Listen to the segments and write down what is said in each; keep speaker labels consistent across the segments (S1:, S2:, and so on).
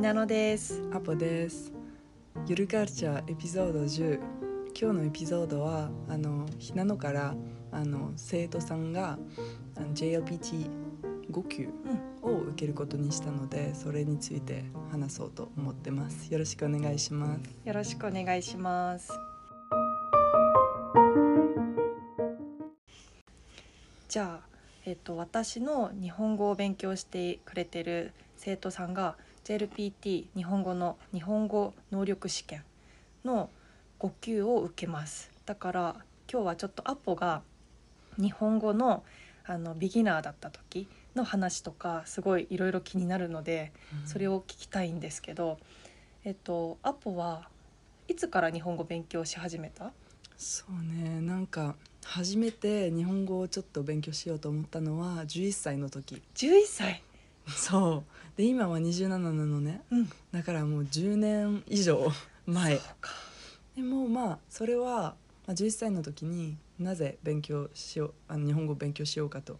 S1: なのです
S2: アポですゆるカルチャーエピソード10今日のエピソードはあのひなのからあの生徒さんがあの JLPT 5級を受けることにしたので、それについて話そうと思ってますよろしくお願いします
S1: よろしくお願いしますじゃあえっと私の日本語を勉強してくれてる生徒さんが JLPT 日本語の日本語能力試験の5級を受けますだから今日はちょっとアポが日本語のあのビギナーだった時の話とかすごいいろいろ気になるのでそれ
S2: を
S1: を聞きたいんですけど、えっとアポはいつから日本語勉強し始めた？
S2: そうねなんか初めて日本語をちょっと勉強しようと思ったのは11歳の時
S1: 11歳。
S2: そうで今は27なのね
S1: うん。
S2: だからもう10年以上前
S1: そうか。
S2: でもまあそれはまあ11歳の時になぜ勉強しようあの日本語を勉強しようかと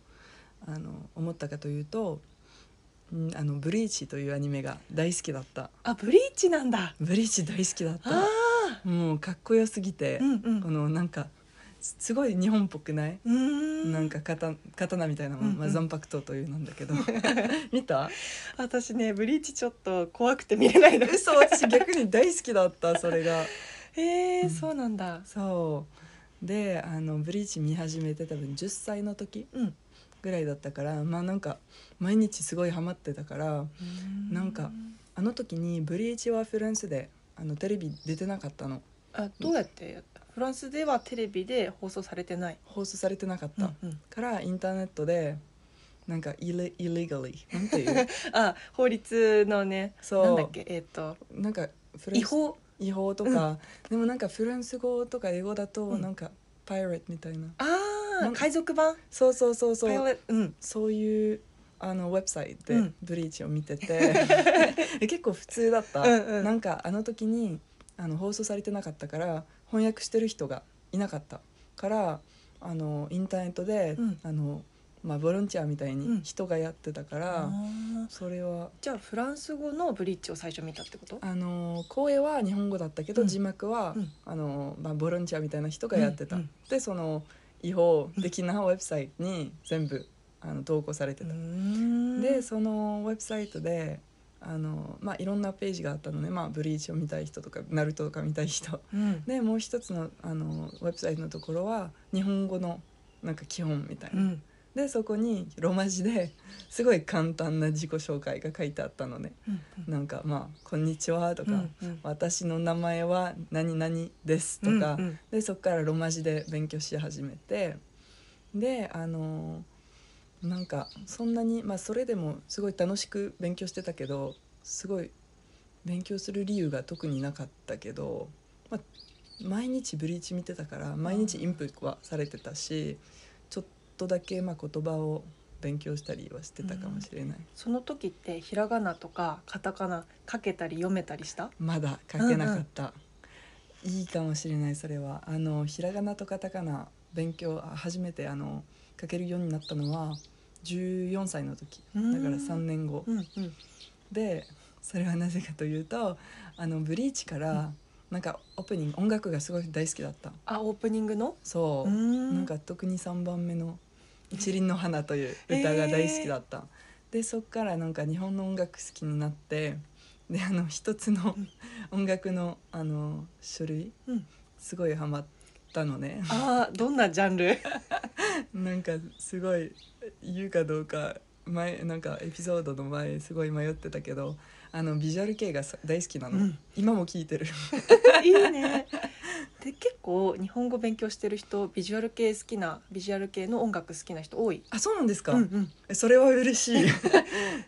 S2: あの思ったかというと「んあのブリーチ」というアニメが大好きだった
S1: あ、ブリーチなんだ。
S2: ブリーチ大好きだっ
S1: あ
S2: た
S1: あ。
S2: もうかっこよすぎて、
S1: うんう
S2: こ
S1: ん。
S2: のなんかすすごい日本っぽくない、
S1: うーん。
S2: なんか刀刀みたいなも、
S1: うんん
S2: まあ、
S1: うん
S2: 残白刀というなんだ けど見た
S1: 私ねブリーチちょっと怖くて見れないの。
S2: 嘘私逆に大好きだったそれが。
S1: え
S2: う
S1: ー、
S2: ん
S1: そうなんだ。
S2: そうであのブリーチ見始めて多分10歳の時
S1: うん。
S2: ぐらいだったからまあなんか毎日すごいハマってたからなんかあの時にブリーチはフランスであのテレビ出てなかったの
S1: あどうやってやったフランスではテレビで放送されてない。
S2: 放送されてなかっ
S1: う
S2: た、
S1: んうん、
S2: からインターネットでなんか ille- illegally なんていう
S1: あ法律のね
S2: そう
S1: なんだっけえっ、と
S2: なんかフランス
S1: 違法
S2: 違法とか、でもなんかフランス語とか英語だと
S1: うん
S2: なんかパイレットみたいな、
S1: あ
S2: な
S1: あ
S2: ん
S1: 海賊版
S2: そうそうそうそ
S1: パ
S2: う
S1: イレットうん
S2: そういうあのウェブサイト
S1: う
S2: で
S1: ん
S2: ブリーチを見てて、 結構普通だった、
S1: うんうん
S2: なんかあの時にあの放送されてなかったから翻訳してる人がいなかったからあのインターネットで、
S1: うん
S2: あのまあ、ボランティアみたいうに
S1: ん
S2: 人がやってたから、
S1: あー
S2: それは
S1: じゃあフランス語のブリーチを最初見たってこと
S2: あの声は日本語だったけど、
S1: うん
S2: 字幕は、
S1: うん
S2: あのまあ、ボランティアみたいな人がやってた、
S1: うんうん
S2: でその違法的なウェブサイトに全部あの投稿されてた。で
S1: で
S2: そのウェブサイトであの、まあ、いろんなページがあったのね、まあ、ブリーチを見たい人とかナルトとか見たい人
S1: うん
S2: でもう一つのあのウェブサイトのところは日本語のなんか基本みたいな、
S1: うん
S2: でそこにロマ字ですごい簡単な自己紹介が書いてあったのね
S1: うん
S2: なんかまあ「こんにちは」とか、
S1: うんうん
S2: 私の名前は何々です」とか、
S1: うんうん
S2: でそこからロマ字で勉強し始めてであのなんかそんなにまあそれでもすごい楽しく勉強してたけどすごい勉強する理由が特になかったけど、まあ、毎日ブリーチ見てたから毎日インプはされてたしちょっとだけまあ言葉を勉強したりはしてたかもしれない、
S1: その時ってひらがなとかカタカナ書けたり読めたりした
S2: まだ書けなかった、いいかもしれないそれはあのひらがなとカタカナ勉強あ初めてあの書けるようになったのは14歳の時
S1: う
S2: だ
S1: ん
S2: から3年後
S1: うんうん
S2: でそれはなぜかというとあのブリーチからなんかオープニング音楽がすごい大好きだった
S1: あオープニングの
S2: そう、
S1: な
S2: なんか特に3番目の「一輪の花」という歌が大好きだった、でそっからなんか日本の音楽好きになってであの一つの
S1: うん
S2: 音楽のあの種類、
S1: うん
S2: すごいハマったのね
S1: あーどんなジャンル
S2: なんかすごい言うかどうか前なんかエピソードの前すごい迷ってたけどあのビジュアル系がさ大好きな の、
S1: うん
S2: 今も聴いてる
S1: いいねで結構日本語勉強してる人ビジュアル系好きなビジュアル系の音楽好きな人多い
S2: あそうなんですか、
S1: うんうん
S2: えそれは嬉しい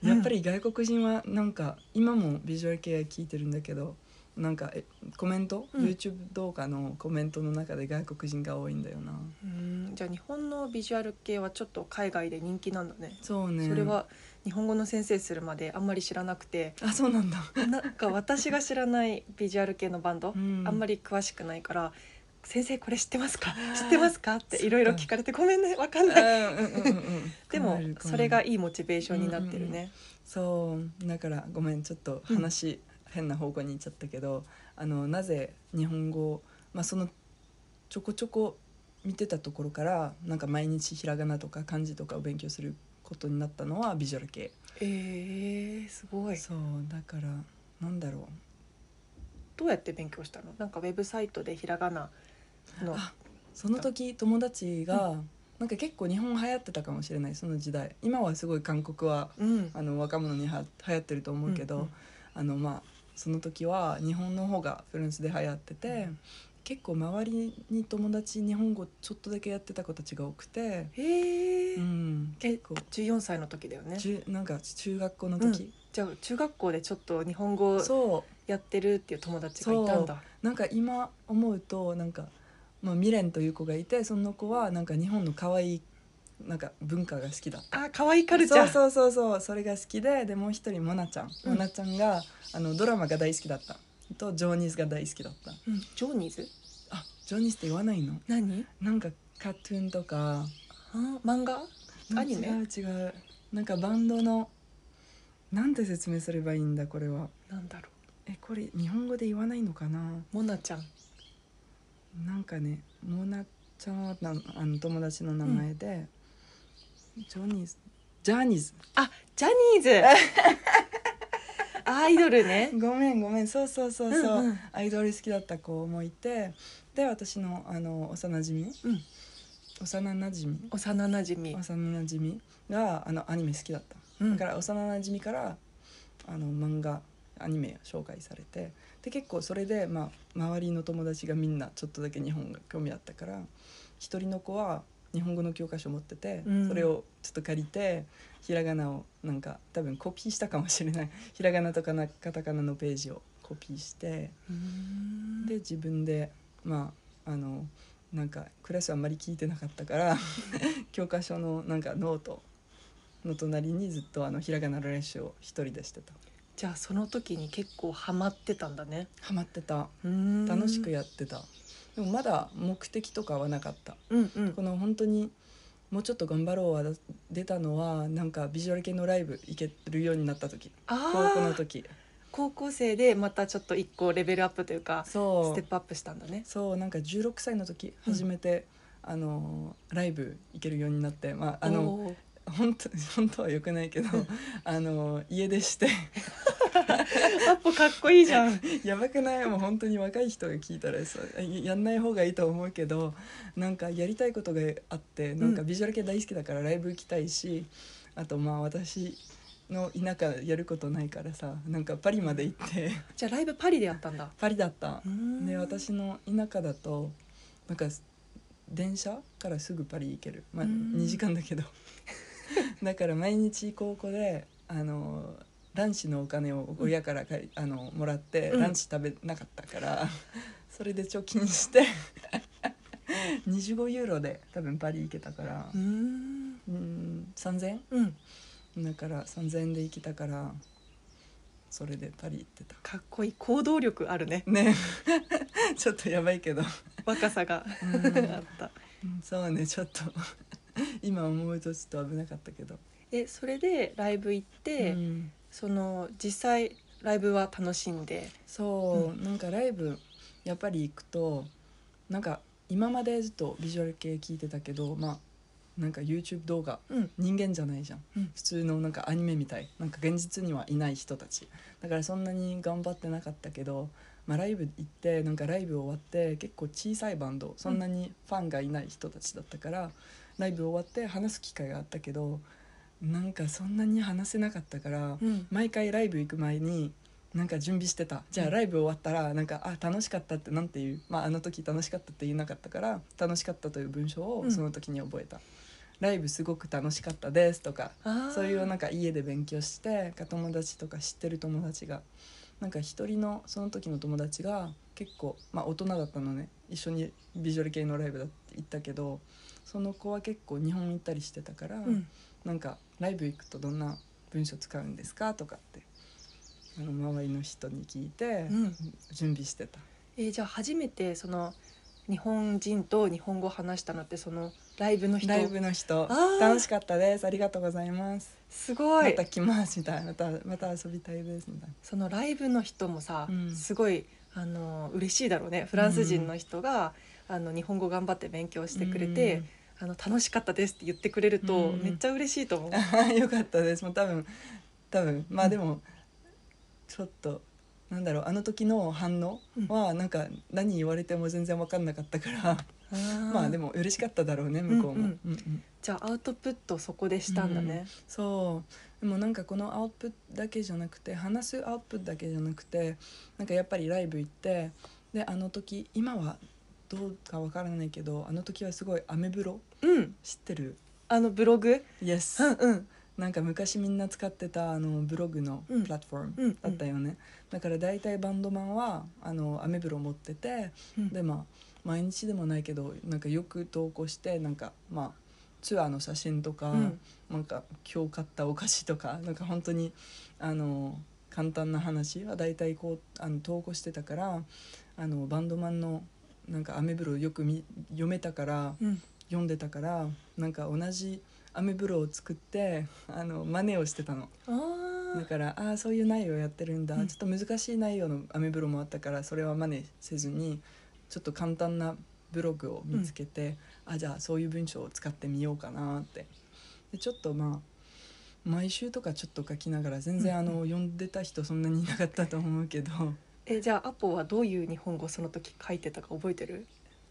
S1: うん
S2: やっぱり外国人はなんか今もビジュアル系聞いてるんだけどなんかえコメント、
S1: うん
S2: YouTube 動画のコメントの中で外国人が多いんだよな
S1: うんじゃあ日本のビジュアル系はちょっと海外で人気なんだね
S2: そうね
S1: それは日本語の先生するまであんまり知らなく て
S2: あそうなんだ、
S1: なんか私が知らないビジュアル系のバンド、
S2: うん
S1: あんまり詳しくないから先生これ知ってますか知ってますか?」っていろいろ聞かれて「ごめんねわかん
S2: うん
S1: ない」
S2: うんうんうん
S1: で
S2: 困
S1: も
S2: る困
S1: そ
S2: る
S1: れがいいモチベーションになってるね。
S2: そうだからごめんちょっと話、変な方向に行っちゃったけどあのなぜ日本語を、まあ、そのちょこちょこ見てたところからなんか毎日ひらがなとか漢字とかを勉強することになったのはビジュアル系、
S1: えー、すごい
S2: そうだからなんだろう
S1: どうやって勉強したのなんかウェブサイトでひらがなの
S2: あその時友達が、なんか結構日本流行ってたかもしれないその時代今はすごい韓国は
S1: うん
S2: あの若者には流行ってると思うけど、
S1: うんうん
S2: あのまあその時は日本の方がフランスで流行ってて、
S1: うん
S2: 結構周りに友達日本語ちょっとだけやってた子たちが多くて、
S1: えー
S2: うん、結構
S1: 14歳の時だよね
S2: 中なんか中学校の
S1: うん
S2: 時、
S1: じゃあ中学校でちょっと日本語を
S2: そう
S1: やってるっていう友達がいたんだ
S2: なんか今思うとなんか、まあ、ミレンという子がいてその子はなんか日本の可愛いなんか文化が好きだった。
S1: あ可愛いカルチャー
S2: そうそうそうそうそれが好きででもう一人モナちゃん、
S1: うん
S2: モナちゃんがあのドラマが大好きだったとジョーニーズが大好きだった
S1: うんジョニーズ
S2: あジョーニーズって言わないの
S1: 何
S2: なんかカートゥーンとか
S1: あ漫画アニメ
S2: 違う違うなんかバンドのなんて説明すればいいんだこれは
S1: なんだろ
S2: えこれ日本語で言わないのかな
S1: うモナちゃん
S2: なんかねモナちゃんはなあの友達の名前で、ジョニーズジャーニーズ
S1: あジャニーズ アイドルね
S2: ごめんごめんそうそうそうそう、
S1: うんうん
S2: アイドル好きだった子もいてで私のあの幼馴染み
S1: うん
S2: 幼馴染み
S1: 幼馴染み
S2: 幼馴染みがあのアニメ好きだった、
S1: うん
S2: だから幼馴染みからあの漫画アニメ紹介されてで結構それで、まあ、周りの友達がみんなちょっとだけ日本が興味あったから一人の子は日本語の教科書持ってて、
S1: うん
S2: それをちょっと借りてひらがなをなんか多分コピーしたかもしれないひらがなとかなカタカナのページをコピーして
S1: うーん
S2: で自分でまああのなんかクラスあんまり聞いてなかったから 教科書のなんかノートの隣にずっとあのひらがなの練習を一人でしてた
S1: じゃあその時に結構ハマってたんだね
S2: ハマってた楽
S1: 楽
S2: しくやってた、でもまだ目的とかはなかった
S1: うんうん
S2: この本当にもうちょっと頑張ろうは出たのはなんかビジュアル系のライブ行けるようになった時
S1: あ
S2: 高校の
S1: ー
S2: 時
S1: 高校生でまたちょっと一個レベルアップというか
S2: そ
S1: ステ
S2: う
S1: ップアップしたんだね
S2: そうなんか16歳の時
S1: うん
S2: 初めて、あのライブ行けるようになってまああの
S1: おー
S2: 本当本当はよくないけどあの家出して
S1: アップかっこいいじゃ ん
S2: やばくないもう本当に若い人が聞いたらそうややんない方がいいと思うけどなんかやりたいことがあってなんか
S1: うん
S2: ビジュアル系大好きだからライブ行きたいし、あとまあ私の田舎やることないからさなんかパリまで行って
S1: じゃあライブパリでやったんだ
S2: パリだった。で
S1: ね
S2: 私の田舎だとなんか電車からすぐパリ行ける、まあ、
S1: うん
S2: 2時間だけ どだから毎日高校であのランチのお金を親から借りあのもらって
S1: うん
S2: ランチ食べなかったから、それで貯金して25ユーロで多分パリ行けたから
S1: うー、ん
S2: うん、3000
S1: うん
S2: だから3000円で行けたからそれでパリ行ってた
S1: かっこいい行動力あるね
S2: ね ちょっとやばいけど
S1: 若さが
S2: う
S1: あっ
S2: ん
S1: た
S2: うんそうねちょっと 今思うとちょっと危なかったけど、
S1: えそれでライブ行って、
S2: うん
S1: その実際ライブは楽しんで
S2: そう、なんかライブやっぱり行くとなんか今までずっとビジュアル系聞いてたけどまあなんか YouTube 動画
S1: うん
S2: 人間じゃないじゃん、
S1: うん
S2: 普通のなんかアニメみたいなんか現実にはいない人たちだからそんなに頑張ってなかったけど、まあ、ライブ行ってなんかライブ終わって結構小さいバンドそんなにファンがいない人たちだったから、ライブ終わって話す機会があったけどなんかそんなに話せなかったから、
S1: うん
S2: 毎回ライブ行く前になんか準備してたじゃあライブ終わったらなんか「あ楽しかった」ってなんていう、まあ、あの時楽しかったって言えなかったから「楽しかった」という文章を
S1: うん
S2: その時に覚えた「ライブすごく楽しかったです」とか
S1: あー
S2: そういうなんか家で勉強してか友達とか知ってる友達がなんか一人のその時の友達が結構、まあ、大人だったのね一緒にビジュアル系のライブだって行ったけどその子は結構日本行ったりしてたから。
S1: うん
S2: なんかライブ行くとどんな文章使うんですかとかってあの周りの人に聞いて
S1: うん
S2: 準備してた、
S1: えーじゃあ初めてその日本人と日本語を話したのってそのライブの人
S2: ライブの人
S1: あー
S2: 楽しかったですありがとうございます
S1: すご
S2: ま
S1: い
S2: た来ますみたいなまたまた遊びたいですみたいな
S1: そのライブの人もさ、
S2: うん
S1: すごいあの嬉しいだろうねフランス人の人が、あの日本語頑張って勉強してくれて、あの楽しかったですって言ってくれると、
S2: うん
S1: めっちゃ嬉しいと思う。
S2: うん よかったですもう多分多分まあでもちょっとなんだろうあの時の反応はなんか何言われても全然分かんなかったから、まあで
S1: も
S2: も嬉しかっただろうね向こうも、
S1: うんうん
S2: うんうん
S1: じゃあアウトプットそこでしたんだね。
S2: そうでもなんかこのアウトプットだけじゃなくて話すアウトプットだけじゃなくてなんかやっぱりライブ行ってであの時今はどうかわからないけどあの時はすごいアメブロ
S1: うん、
S2: 知ってる
S1: あのブログ、
S2: イエス
S1: うんうん、
S2: なんか昔みんな使ってたあのブログの
S1: うん
S2: プラットフォ
S1: う
S2: ー
S1: んう
S2: ム
S1: ん
S2: だったよね、だから大体バンドマンはあのアメブロ持っててでまあ毎日でもないけどなんかよく投稿してなんかまあツアーの写真とか、
S1: うん
S2: なんか今日買ったお菓子とかなんか本当にあの簡単な話は大体こうあの投稿してたからあのバンドマンのなんかアメブロよく見読めたから
S1: うん、
S2: 読んでたからなんか同じアメブロを作ってあの真似をしてたの
S1: あー
S2: だからああそういう内容やってるんだ、
S1: うん
S2: ちょっと難しい内容のアメブロもあったからそれは真似せずにちょっと簡単なブログを見つけて、あじゃあそういう文章を使ってみようかなってでちょっとまあ毎週とかちょっと書きながら全然あの、読んでた人そんなにいなかったと思うけ ど
S1: えじゃあアポはどういう日本語その時書いてたか覚えてる？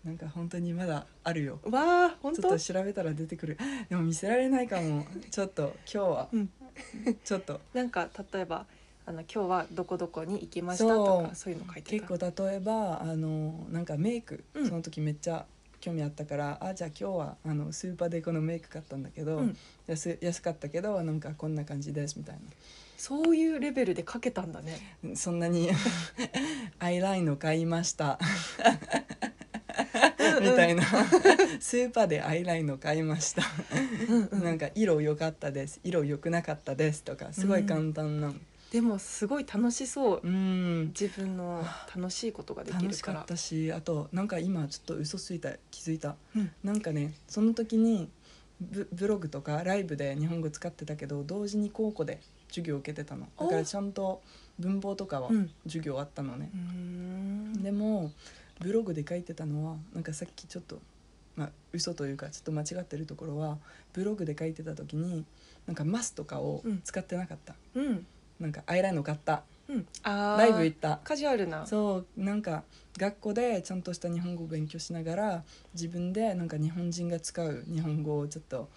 S2: なんか本当にまだあるよ
S1: わあ本
S2: ちょっ
S1: 当
S2: と？調べたら出てくるでも見せられないかもちょっと今日は
S1: うん
S2: ちょっと
S1: なんか例えばあの今日はどこどこに行きましたとかそういうの書いてた。
S2: 結構例えばあのなんかメイク、
S1: うん
S2: その時めっちゃ興味あったからあじゃあ今日はあのスーパーでこのメイク買ったんだけど、
S1: うん
S2: 安安かったけどなんかこんな感じですみたい
S1: そういうレベルで書けたんだね。
S2: なそんなにアイラインを買いましたみたいなスーパーでアイラインを買いました
S1: うんうん
S2: なんか色良かったです色良くなかったですとかすごい簡単な
S1: でもすごい楽しそう。
S2: うん
S1: 自分の楽しいことができ
S2: 楽
S1: る
S2: し
S1: か
S2: からっ。たしあとなんか今ちょっと嘘ついた気づいた
S1: うん
S2: なんかねその時にブブログとかライブで日本語使ってたけど同時に高校で授業を受けてたのだから
S1: お
S2: ちゃんと文法とかは
S1: うん
S2: 授業あったのね
S1: う、ん
S2: でもブログで書いてたのはなんかさっきちょっとまあ嘘というかちょっと間違ってるところはブログで書いてた時になんか「ます」とかを使ってなかった、
S1: うん
S2: なんか「アイラインを買った」
S1: うん
S2: 「
S1: あー
S2: ライブ行った」
S1: カジュアルな。
S2: そうなんか学校でちゃんとした日本語を勉強しながら自分でなんか日本人が使う日本語をちょっと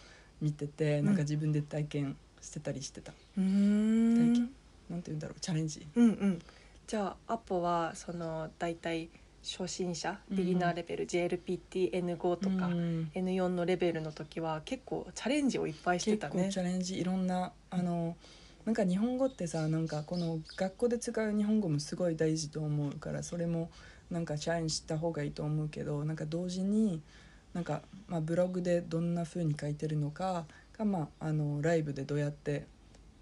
S2: 見てて、
S1: ん
S2: なんか自分で体験してたりしてた
S1: うーん。
S2: なんて言うんだろうチャレンジ
S1: うんうん。じゃあアポはそのだいたい初心者
S2: うん
S1: ビギナーレベル JLPTN5 とか
S2: うん
S1: N4 のレベルの時は結構チャレンジをいっぱいして
S2: 結
S1: た
S2: 構
S1: ね
S2: チ。ャレンジいろんなあのなんか日本語ってさなんかこの学校で使う日本語もすごい大事と思うからそれもなんかチャレンジした方がいいと思うけどなんか同時になんか、まあ、ブログでどんな風に書いてるのかか、まあ、あのライブでどうやって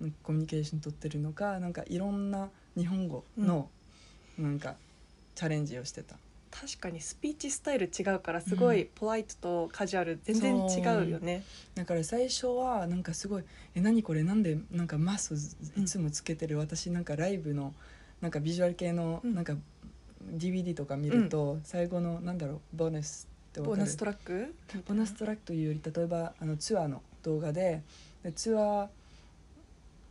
S2: うんコミュニケーション取ってるのかなんかいろんな日本語の、なんかチャレンジをしてた。
S1: 確かにスピーチスタイル違うからすごいポライトとカジュアル全然違うよね。
S2: だから最初はなんかすごい「え何これなんでなんかマスをいつもつけてる、私なんかライブのなんかビジュアル系の
S1: うん
S2: なんか DVD とか見ると、最後のなんだろうボーナスってわか
S1: ボ
S2: る
S1: ーナストラック
S2: ボーナストラックというより例えばあのツアーの動画ででツア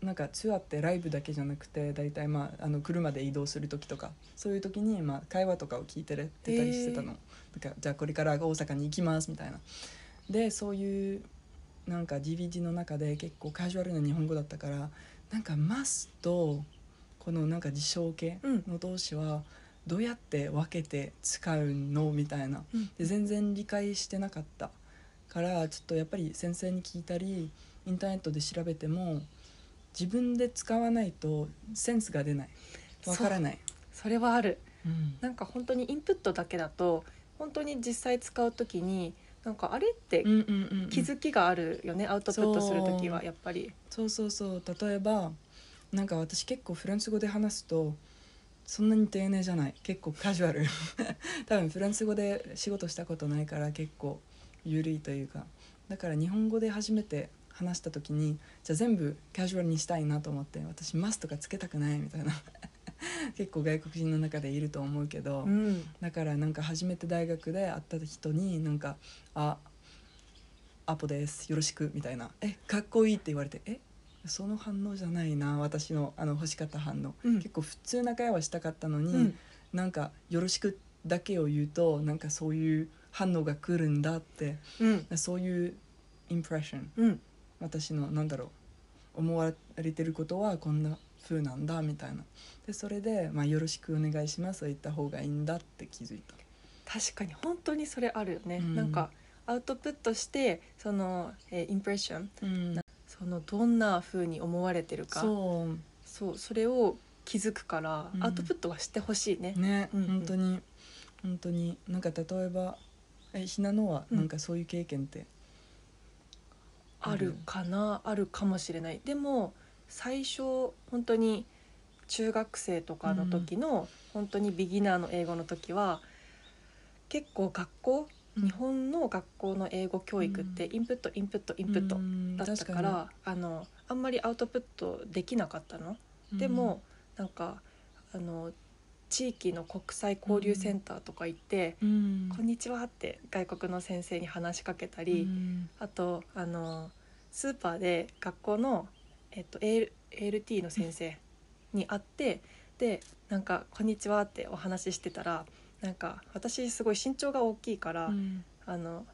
S2: ーなんかツアーってライブだけじゃなくて大体、まあ、あの車で移動する時とかそういう時に、まあ、会話とかを聞いてれてたりしてたの、なんかじゃあこれから大阪に行きますみたいなでそういうなんか DVD の中で結構カジュアルな日本語だったからなんか「ます」とこのなんか事象系
S1: うん
S2: の動詞はどうやって分けて使うのみたいな
S1: うん
S2: で全然理解してなかったからちょっとやっぱり先生に聞いたりインターネットで調べても自分で使わないとセンスが出ないわからない。
S1: それはある
S2: うん
S1: なんか本当にインプットだけだと本当に実際使う時になんかあれって
S2: うんうんうんうん
S1: 気づきがあるよね、アウトプットする時は
S2: そう
S1: やっぱり
S2: そうそうそう例えばなんか私結構フランス語で話すとそんなに丁寧じゃない結構カジュアル 多分フランス語で仕事したことないから結構ゆるいというかだから日本語で初めて話した時にじゃあ全部カジュアルにしたいなと思って私「マス」とかつけたくないみたいな 結構外国人の中でいると思うけど、
S1: うん
S2: だからなんか初めて大学で会った人になんか「あアポですよろしく」みたいな「えかっこいい」って言われて「えその反応じゃないな私のあの欲しかった反応、
S1: うん
S2: 結構普通な会話したかったのに、
S1: うん
S2: なんか「よろしく」だけを言うとなんかそういう反応が来るんだって
S1: うん
S2: そういうインプレッション
S1: うん
S2: 私のなんだろう思われてることはこんな風なんだみたいなでそれで、まあ「よろしくお願いします」を言った方がいいんだって気づいた。
S1: 確かに本当にそれあるよね、
S2: うん
S1: なんかアウトプットしてその、えーインプレッション
S2: うん、
S1: そのどんな風に思われてるか
S2: そ
S1: そうそれを気づくから、
S2: うん
S1: アウトプットはしてほしいね
S2: うね、
S1: うんうん
S2: 本当に本当になんか例えばえひなのは
S1: うん
S2: なんかそういう経験って、
S1: あるかな、あるかもしれないでも最初本当に中学生とかの時の、本当にビギナーの英語の時は結構学校日本の学校の英語教育ってインプットインプットインプット
S2: ッ
S1: だったから、あのあんまりアウトプットできなかったの。でも、なんかあの地域の国際交流センターとか行って
S2: うんう
S1: 「
S2: ん
S1: こんにちは」って外国の先生に話しかけたり、
S2: うん
S1: あとあのスーパーで学校の、えっと、AL ALT の先生に会ってでなんか「こんにちは」ってお話ししてたらなんか私すごい身長が大きいから「
S2: うん
S1: あの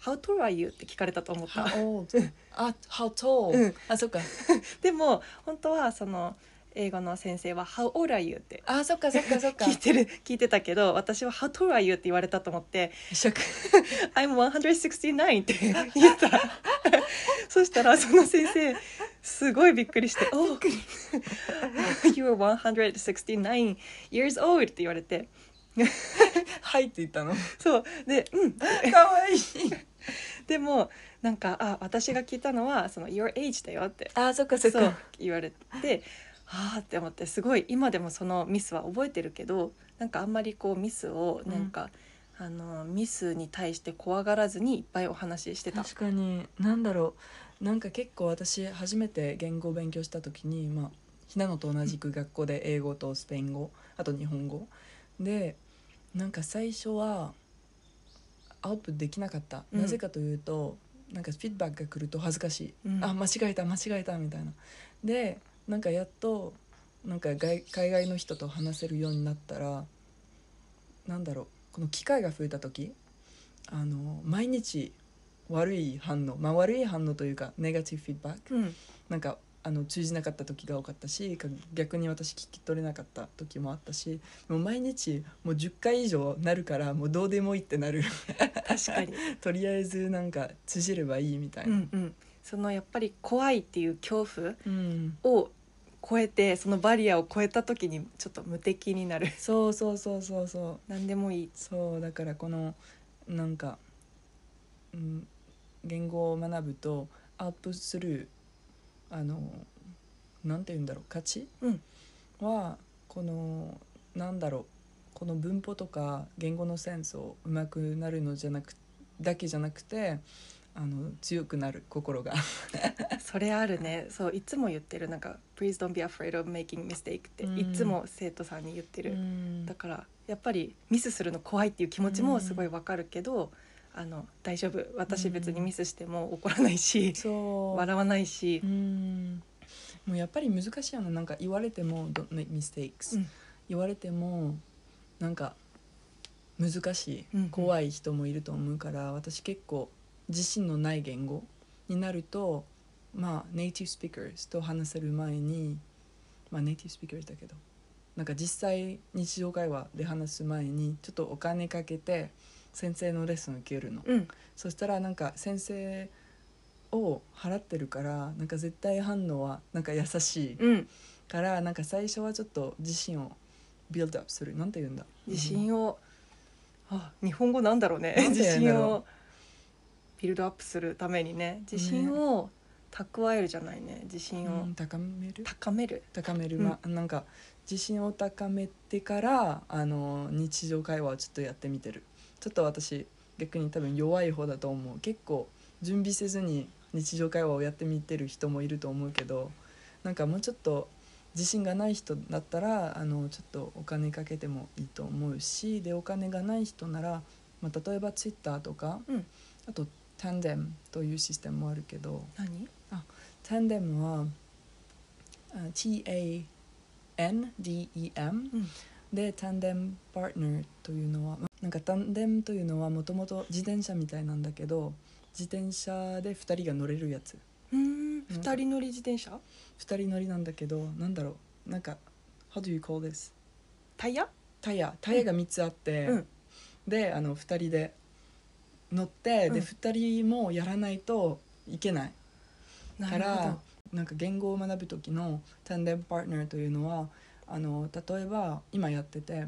S1: How tall are you?」って聞かれたと思った
S2: How old? あ、how tall?、
S1: うん
S2: あ、そっか。
S1: でも本当はその英語の先生は「How old are you?」って
S2: あ、そっかそっかそっか。
S1: 聞いてる聞いてたけど私は「How tall are you?」って言われたと思って
S2: ショック。
S1: 「I'm 169」って 言ったそしたらその先生すごいびっくりして「お You are 169 years old」って言われて
S2: はいって言っ たの。
S1: そうでうん
S2: 可愛いい。
S1: でもなんかあ私が聞いたのはその「Your age だよ」って
S2: あ、そっかそっ
S1: そう
S2: か。
S1: 言われてああって思ってすごい今でもそのミスは覚えてるけどなんかあんまりこうミスをなんか、あのミスに対して怖がらずにいっぱいお話ししてた。
S2: 確かに何だろうなんか結構私初めて言語を勉強した時にまあひなのと同じく学校で英語とスペイン語あと日本語でなんか最初はアウトプットできなかった、
S1: うん
S2: なぜかというとなんかフィードバックが来ると恥ずかしい、
S1: うん
S2: あ間違えた間違えたみたいなでなんかやっとなんか外海外の人と話せるようになったらなんだろうこの機会が増えた時あの毎日悪い反応まあ悪い反応というかネガティブフィードバック
S1: うん
S2: なんかあの通じなかった時が多かったしか逆に私聞き取れなかった時もあったしもう毎日もう10回以上なるからもうどうでもいいってなる
S1: 確かに、
S2: とりあえずなんか通じればいいみたい な。
S1: うんそのやっぱり怖いっていう恐怖
S2: うん
S1: を超えてそのバリアを超えた時にちょっと無敵になる
S2: そうそうそうそうそう
S1: 何でもいい。
S2: そうだからこのなんか、うん、言語を学ぶとアップするあのなんて言うんだろう価値、
S1: うん
S2: はこのなんだろうこの文法とか言語のセンスをうまくなるのじゃなくだけじゃなくてあの強くなる心が。
S1: それあるねそういつも言ってるなんか「Please don't be afraid of making mistake」って
S2: うん
S1: いつも生徒さんに言ってる。だ
S2: う
S1: からやっぱりミスするの怖いっていう気持ちもすごいわかるけど、あの大丈夫私別にミスしても怒らないし
S2: ん、、そ う
S1: 笑わないし
S2: う、んもうやっぱり難しいよねなんか言われても「don't make mistakes、
S1: うん
S2: 言われてもなんか難し
S1: うんうん
S2: い怖い人もいると思うから私結構自身のない言語になるとまあネイティブスピーカーと話せる前にまあネイティブスピーカーだけどなんか実際日常会話で話す前にちょっとお金かけて先生のレッスン受けるの。
S1: うん
S2: そしたらなんか先生を払ってるからなんか絶対反応はなんか優しい
S1: うん、
S2: からなんか最初はちょっと自信をビルドアップするなんて言うんだ
S1: 自信を、あ日本語なんだろうね
S2: なんて
S1: 自
S2: 言うんだ
S1: 信
S2: ろう
S1: をビルドアップするためにね自信を蓄えるじゃないね自信を
S2: うん高める
S1: 高める、
S2: 高める、まなんか自信を高めてからあの日常会話をちょっとやってみてるちょっと私逆に多分弱い方だと思う結構準備せずに日常会話をやってみてる人もいると思うけどなんかもうちょっと自信がない人だったらあのちょっとお金かけてもいいと思うしでお金がない人なら、まあ、例えばツイッターとか、
S1: うん
S2: あとタンデムというシステムもあるけど、
S1: 何
S2: タンデムはあ TANDEM
S1: うん
S2: でタンデムパートナーというのはまなんかタンデムというのはもともと自転車みたいなんだけど自転車で2人が乗れるやつ
S1: うん二人乗り自転車
S2: 2人乗りなんだけどなんだろうなんか How do you call this?
S1: タイヤ
S2: タイヤタイヤが3つあって、
S1: うん
S2: であの2人で乗って、
S1: うん
S2: で2人もやらないといけない
S1: な
S2: か
S1: るほ
S2: ら
S1: ど
S2: なんか言語を学ぶ時のタンデムパートナーというのはあの例えば今やってて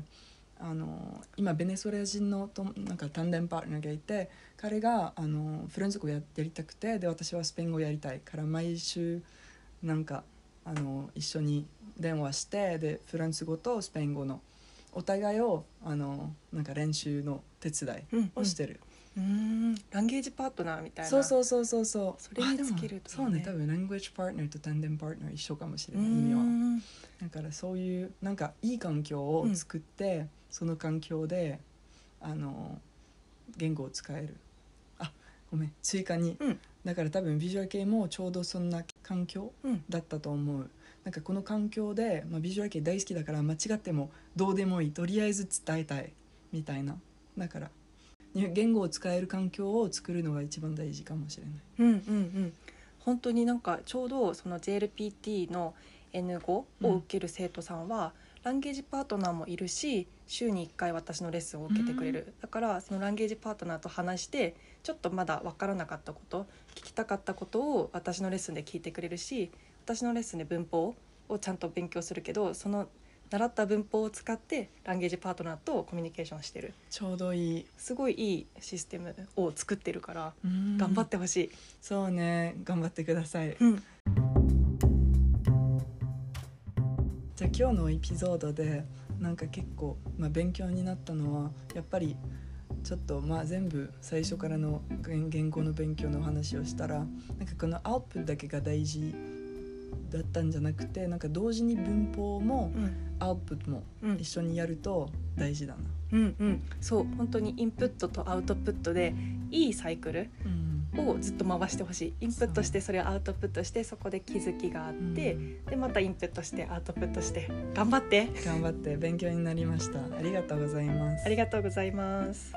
S2: あの今ベネソレア人のとなんかタンデムパートナーがいて彼があのフランス語ややりたくてで私はスペイン語やりたいから毎週なんかあの一緒に電話してでフランス語とスペイン語のお互いをあのなんか練習の手伝い
S1: うん
S2: をしてる。
S1: うんランゲージパートナーみたいな
S2: そうそうそうそうそう
S1: それに尽きると
S2: あでもそう
S1: ね
S2: ね多分ラングエッジパートナーとタンデムパートナー一緒かもしれ
S1: う
S2: ない意味は
S1: ん
S2: だからそういうなんかいい環境を作って、その環境であの言語を使えるあごめん追加に、
S1: うん
S2: だから多分ビジュアル系もちょうどそんな環境
S1: うん
S2: だったと思うなんかこの環境で、まあ、ビジュアル系大好きだから間違ってもどうでもいいとりあえず伝えたいみたいなだから言語を使える環境を作るのが一番大事かもしれ
S1: うんうん
S2: ない。
S1: うん本当になんかちょうどその JLPT の N5 を受ける生徒さんは、ランゲージパートナーもいるし週に1回私のレッスンを受けてくれる、だからそのランゲージパートナーと話してちょっとまだ分からなかったこと聞きたかったことを私のレッスンで聞いてくれるし私のレッスンで文法をちゃんと勉強するけどその習った文法を使ってランゲージパートナーとコミュニケーションしてる
S2: ちょうどいい
S1: すごいいいシステムを作ってるから
S2: 頑
S1: 頑張ってほしい。
S2: そうね頑張ってください
S1: うん
S2: じゃあ今日のエピソードでなんか結構、まあ、勉強になったのはやっぱりちょっとまあ全部最初からの言言語の勉強の話をしたらなんかこのアウトプットだけが大事だったんじゃなくてなんか同時に文法も
S1: うん
S2: アウトプットも
S1: うん
S2: 一緒にやると大事だな。
S1: うんうん、そう本当にインプットとアウトプットでいいサイクル
S2: うん
S1: をずっと回してほしいインプットしてそれをアウトプットしてそこで気づきがあって、でまたインプットしてアウトプットして頑張って
S2: 頑張って勉強になりました。ありがとうございます。
S1: ありがとうございます。